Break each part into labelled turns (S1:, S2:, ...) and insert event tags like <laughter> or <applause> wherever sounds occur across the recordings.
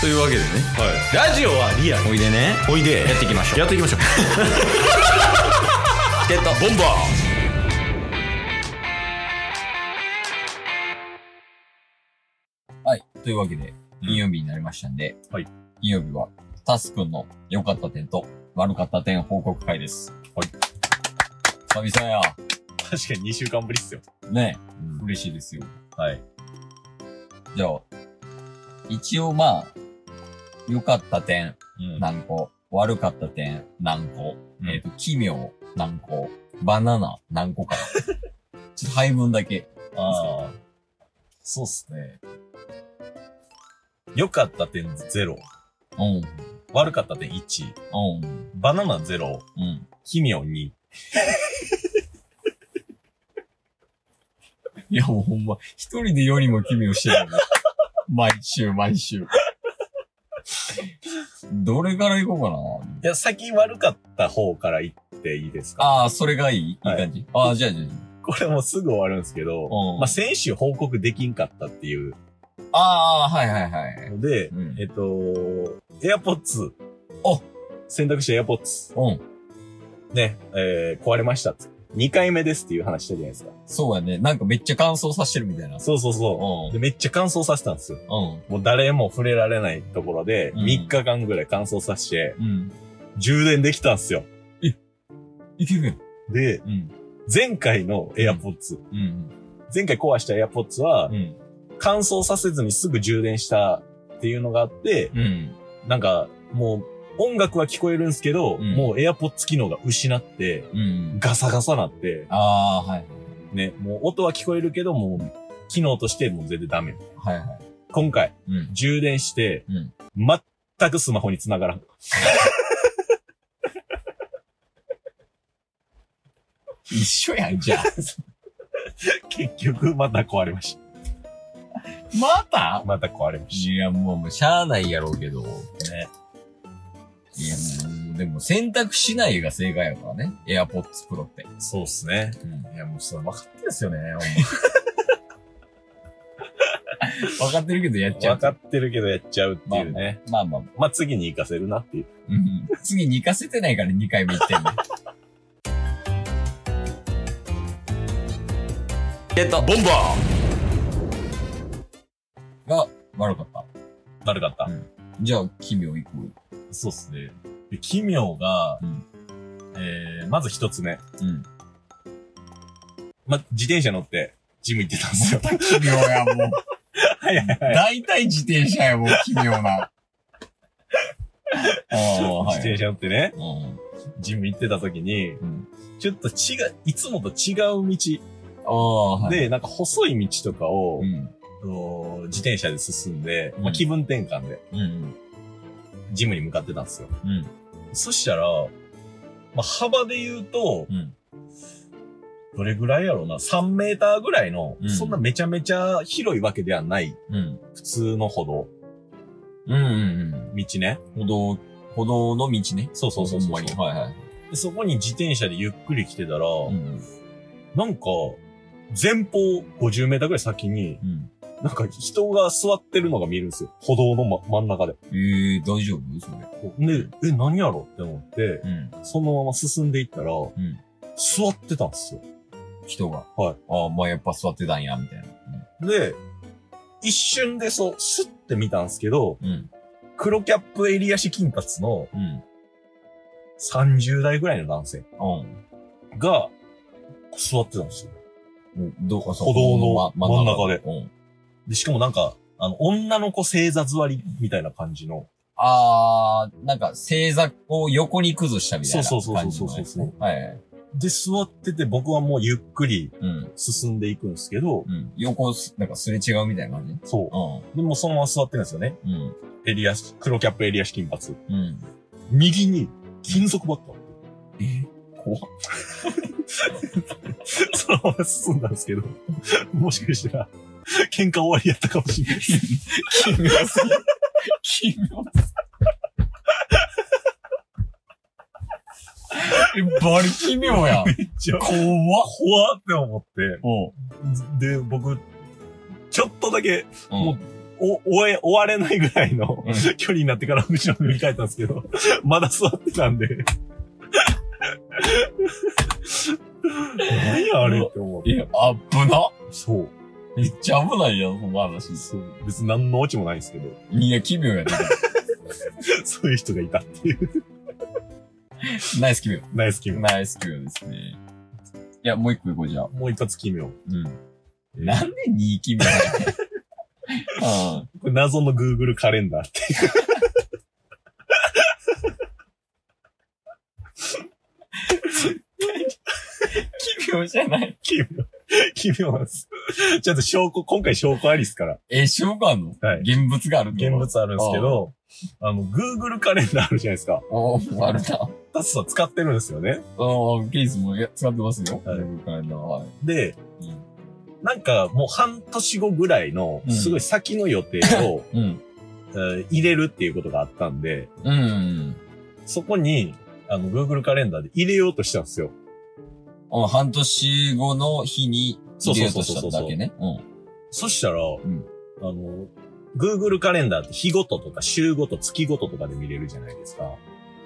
S1: というわけでね
S2: ラジオはリアル
S1: おいでね
S2: おいで
S1: やっていきましょう
S2: やっていきましょう
S1: チケットボンバーはい。というわけで、金曜日になりましたんで、
S2: はい
S1: 金曜日は、タスくんの良かった点と悪かった点報告会です。
S2: はい
S1: 久々や。
S2: 確かに2週間ぶりっすよ
S1: ね、嬉しいですよ。
S2: はい
S1: じゃあ、一応まあ、良かった点
S2: うん
S1: 何個、悪かった点何個、
S2: うん
S1: えっ、と、奇妙何個、バナナ何個か <laughs> な。ちょっと配分だけ。
S2: ああそうっすね良かった点
S1: う
S2: 0
S1: ん、
S2: 悪かった点1
S1: うん、
S2: バナナ0
S1: うん。
S2: 奇妙2
S1: いやもうほんま、一人でよりも奇妙してるよね。 <laughs> 毎週毎週。どれから行こうかない
S2: や先悪かった方から言っていいですか
S1: ああ、それがいいいい
S2: はい
S1: 感じ。ああ、じゃあじゃあじゃ
S2: これもうすぐ終わるんですけど
S1: うん
S2: まあ先週報告できんかったっていう
S1: あ。ああ、はいはいはい。
S2: ので
S1: うん
S2: えっと AirPods
S1: お
S2: 選択肢 AirPods
S1: うん。
S2: ね、えー、壊れましたっつ2回目ですっていう話したじゃないですか。
S1: そうやね。なんかめっちゃ乾燥させてるみたいな。
S2: そうそうそうう。
S1: ん。
S2: で、めっちゃ乾燥させたんですよ。
S1: うん。
S2: もう誰も触れられないところで、
S1: うん
S2: 3日間ぐらい乾燥させて、
S1: うん。
S2: 充電できたんですよ。
S1: いけるやん。
S2: で、
S1: うん。
S2: 前回の AirPods、
S1: うん。
S2: 前回壊した AirPods は、
S1: ん。
S2: 乾燥させずにすぐ充電したっていうのがあって、
S1: うん。
S2: なんか、もう、音楽は聞こえるんですけど、
S1: うん
S2: もう AirPods 機能が失って、
S1: うん。
S2: ガサガサなって、
S1: ああ、はい。
S2: ね、もう音は聞こえるけど、もう、機能としてもう全然ダメ。
S1: はいはい。
S2: 今回、
S1: うん。
S2: 充電して、
S1: うん
S2: 全くスマホに繋がらん。 <laughs>
S1: 一緒やん、じ <laughs> ゃあ。
S2: 結局、また壊れまし
S1: また
S2: た。また壊れまし
S1: いや、もう、もうしゃあないやろうけど。
S2: た。ね。
S1: いや、もう、でも選択しないが正解やからね。AirPods Pro って。
S2: そうっすね。
S1: うん。
S2: いや、もうそれ分かってですよね。
S1: 分かってるけどやっちゃ
S2: 分
S1: う。
S2: かってるけどやっちゃうっていうね。
S1: まあまあ。
S2: まあ、次に行かせるなっていう。
S1: うん。次に行かせてないから2回目行ってんね。えっと、
S2: ボンバ
S1: が悪かった。
S2: ー悪かった。
S1: じゃあ、奇妙行こうよ。
S2: そうっすね。で奇妙が、
S1: うん
S2: えー、まず一つ目。
S1: うん。
S2: ま、自転車乗って、ジム行ってたんです <laughs> よ。
S1: 奇妙や、もう。
S2: はいはいはい。
S1: 大体自転車や、
S2: <laughs>
S1: もう、奇妙な。ああ、
S2: 自転
S1: 車。
S2: 車乗ってね、
S1: うん。
S2: ジム行ってた時に、
S1: うん
S2: ちょっと違う、いつもと違う道
S1: ああ、はい。、
S2: で、なんか細い道とかを、
S1: うん。
S2: と自転車で進んで、
S1: うん
S2: まあ、気分転換で、
S1: うん。
S2: ジムに向かってたんですよ。
S1: うん。
S2: そしたら、まあ、幅で言うと、
S1: うん。
S2: どれぐらいやろうな、3メーターぐらいの、
S1: うん
S2: そんなめちゃめちゃ広いわけではない、
S1: うん。
S2: 普通の歩
S1: う
S2: 道、
S1: ん。うん。
S2: 道ね。
S1: 歩道、歩道の道ね。
S2: そうそうそう
S1: ほ
S2: そ
S1: ん
S2: う
S1: まに。はいはい。
S2: でそこに自転車でゆっくり来てたら、
S1: うん。
S2: なんか、前方50メーターぐらい先に、
S1: うん。
S2: なんか人が座ってるのが見えるんですよ。歩道の、ま、真ん中で。
S1: ええ、大丈夫それ。
S2: で、え、何やろって思って、
S1: うん。
S2: そのまま進んでいったら、
S1: ん
S2: 座ってたんですよ。
S1: 人が。
S2: はい。
S1: ああ、まあやっぱ座ってたんや、みたいな。
S2: で、一瞬でそう、スッて見たんですけど、
S1: うん。
S2: 黒キャップ襟足金髪の
S1: うん。
S2: 30代ぐらいの男性
S1: うん。
S2: が座ってたんですよ。
S1: うん。どうか
S2: 歩道の真ん中で。
S1: うん。
S2: で、しかもなんか、あの、女の子正座座りみたいな感じの。
S1: ああ、なんか、正座を横に崩したみたいな
S2: そうそうそ
S1: 感
S2: う
S1: じ
S2: そう
S1: の
S2: そう
S1: やつね。はいはい。
S2: で、座ってて僕はもうゆっくり
S1: うん。
S2: 進んでいくんですけど、
S1: うん。横す、なんかすれ違うみたいな感じ。
S2: そうう。でもうそのまま座ってるんですよね。
S1: ん。うん。
S2: 襟足、黒キャップ襟足金髪。
S1: うん。
S2: 右に金属バット。
S1: え怖っ。
S2: そのまま進んだんですけど、 <laughs> もしかしたら、喧嘩終わりやったかもしれない。
S1: 奇妙すぎる。奇妙すぎる。え、バリ奇妙やん。
S2: めっちゃ、
S1: 怖っ。
S2: 怖って思って、
S1: おう
S2: で、僕、ちょっとだけ、
S1: ん。
S2: もうお、終え、終われないぐらいの
S1: うん
S2: 距離になってから後ろに振り返ったんですけど、 <laughs> まだ座ってたんで。何やあれって思う。
S1: いや、あっぶな。
S2: そう。
S1: めっちゃ危ないやん、この話。
S2: そう。別に何のオチもないんですけど、
S1: いや、奇妙やで。
S2: そういう人がいたっていう、
S1: ナイス奇妙。
S2: ナイス奇妙。
S1: ナイス奇妙ですね。いや、もう一個行こう、じゃあ。
S2: もう一発奇妙。
S1: うん。なんで2奇妙な
S2: <laughs>
S1: のうん。
S2: これ謎の Google カレンダーっていう。
S1: 奇妙じゃない。
S2: 奇妙。 <laughs> 奇妙なんです。ちゃんと証拠、今回証拠ありっすから。
S1: え、証拠あんの
S2: はい。
S1: 現物があるって
S2: 現
S1: こと
S2: 物あるんですけど、あの、Google カレンダーあるじゃないですか。
S1: おー、あるな。
S2: タスさん使ってるんですよね。
S1: おー、ケースもや使ってますよ。
S2: はい
S1: 僕からのはい。
S2: で、なんかもう半年後ぐらいの
S1: う、ん
S2: すごい先の予定
S1: <laughs>
S2: を、
S1: うん。
S2: えー入れるっていうことがあったんで、
S1: うん。
S2: そこに、あの、Google カレンダーで入れようとしたんですよ。
S1: うん。半年後の日に入れようとしただけね。うん。
S2: そしたら、
S1: ん
S2: あの、Google カレンダーって日ごととか週ごと月ごととかで見れるじゃないですか。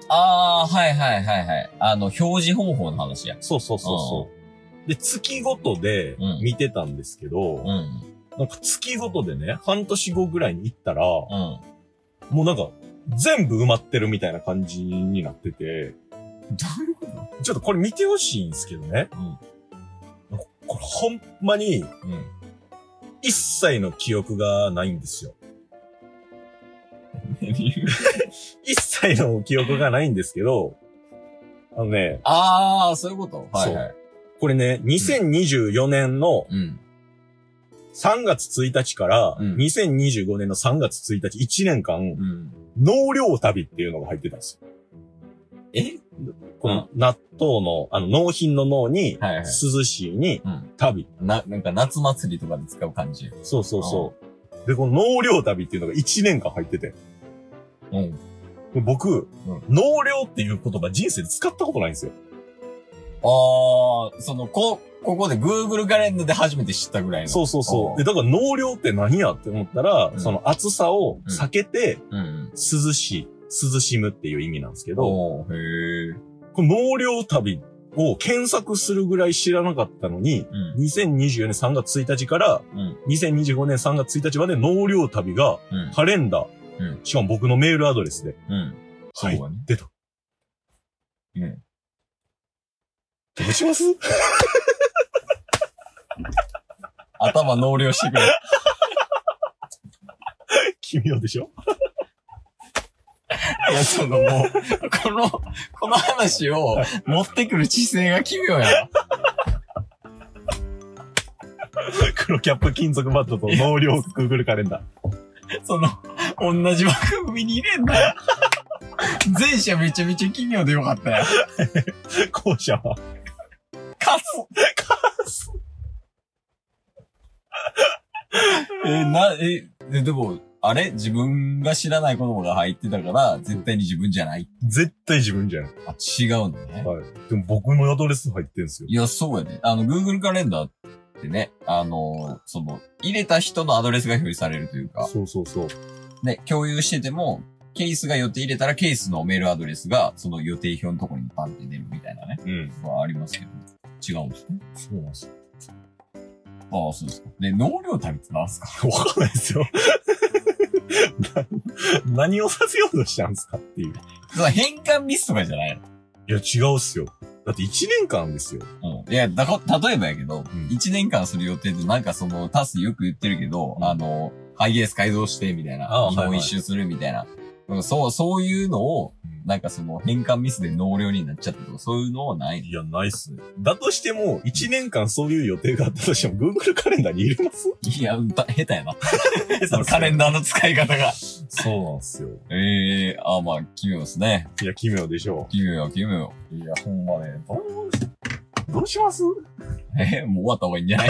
S1: あー、はいはいはいはい。あの、表示方法の話や。
S2: そうそうそうそう。で、月ごとで
S1: うん
S2: 見てたんですけど、
S1: うん。
S2: なんか月ごとでね、半年後ぐらいに行ったら、
S1: うん。
S2: もうなんか、全部埋まってるみたいな感じになってて、
S1: どういうこと
S2: ちょっとこれ見てほしいんですけどね。
S1: うん
S2: ここれほんまに、
S1: うん。
S2: 一切の記憶がないんですよ。一切の記憶がないんですけど、あのね、
S1: <laughs> あー、そういうことはいはい。
S2: これね、2024年の
S1: うん。
S2: 3月1日から、
S1: うん
S2: 2025年の3月1日、1年間、
S1: うん。
S2: 納涼旅っていうのが入ってたんですよ。
S1: え
S2: この納豆の、あの、納品の脳に、
S1: はいはい
S2: 涼しいに
S1: うん。
S2: 旅。
S1: な、なんか夏祭りとかで使う感じ。
S2: そうそうそう。で、この納涼旅っていうのが1年間入ってて。
S1: うん。
S2: で僕、
S1: うん
S2: 納涼っていう言葉人生で使ったことないんですよ。
S1: あー、その、こ、ここで Google カレンダーで初めて知ったぐらいの。
S2: そうそう
S1: あ
S2: そ
S1: ー
S2: う。で、だから納涼って何やって思ったら、
S1: うん
S2: その暑さを避けて、
S1: うん。
S2: 涼しい、涼しむっていう意味なんですけど、
S1: おー、へー。
S2: この納涼旅を検索するぐらい知らなかったのに、
S1: うん。
S2: 2024年3月1日から
S1: うん。
S2: 2025年3月1日まで納涼旅が
S1: うん。
S2: カレンダー、
S1: うん
S2: しかも僕のメールアドレスで
S1: うん。そう
S2: 入
S1: だね
S2: ってた。
S1: うん。
S2: どうします <laughs>
S1: 頭納涼してくれ。
S2: 奇妙でしょ
S1: いや、そのもう、この、この話を持ってくる姿勢が奇妙や
S2: 黒キャップ金属バットと納涼 Google カレンダー。
S1: な。その、同じ枠組みに入れんなよ。前者めちゃめちゃ奇妙でよかったよ。
S2: 後者は。
S1: カスえ、な、え、ででも、あれ自分が知らない言葉が入ってたから、絶対に自分じゃない。
S2: 絶対自分じゃない。
S1: あ、違うのね。
S2: はい。でも僕のアドレス入ってんすよ。
S1: いや、そうやね。あの、Google カレンダーってね、あの、その、入れた人のアドレスが表示されるというか、
S2: そうそうそう。
S1: ね、共有してても、ケースが予定入れたらケースのメールアドレスが、その予定表のところにパンって出るみたいなね、
S2: うん。
S1: はありますけど、違うんですね。
S2: そうなんですよ。
S1: ああ、そうですか。で、納涼旅ってなんすか <laughs>
S2: わかんないですよ。 <laughs> な何をさせようとしたんですかっていう。
S1: その変換ミスとかじゃない
S2: いや、違うっすよ。だって1年間ですよ。
S1: のうん。いや、だこ、例えばやけど
S2: うん、
S1: 一、年間する予定ってなんかその、タスよく言ってるけど、
S2: うん
S1: あの、ハイエース改造してみたいな
S2: あ、あ
S1: 日
S2: はいは
S1: 本
S2: い
S1: 一周するみたいな。うん、そう、そういうのを、なんかその変換ミスで納涼になっちゃったとか、そういうのはない。
S2: いや、ないっすね。だとしても、1年間そういう予定があったとしても、Google カレンダーに入れ <laughs> ます
S1: <laughs> いや、だ下手やな。 <laughs> そのカレンダーの使い方が。
S2: そうなんですよ。
S1: ええあ、まあ、奇妙ですね。
S2: いや、奇妙でしょ
S1: 奇妙よ、奇妙。いや、ほんまね。ど
S2: う。どうします
S1: <laughs> えーもう終わった方がいいんじゃない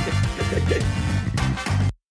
S3: す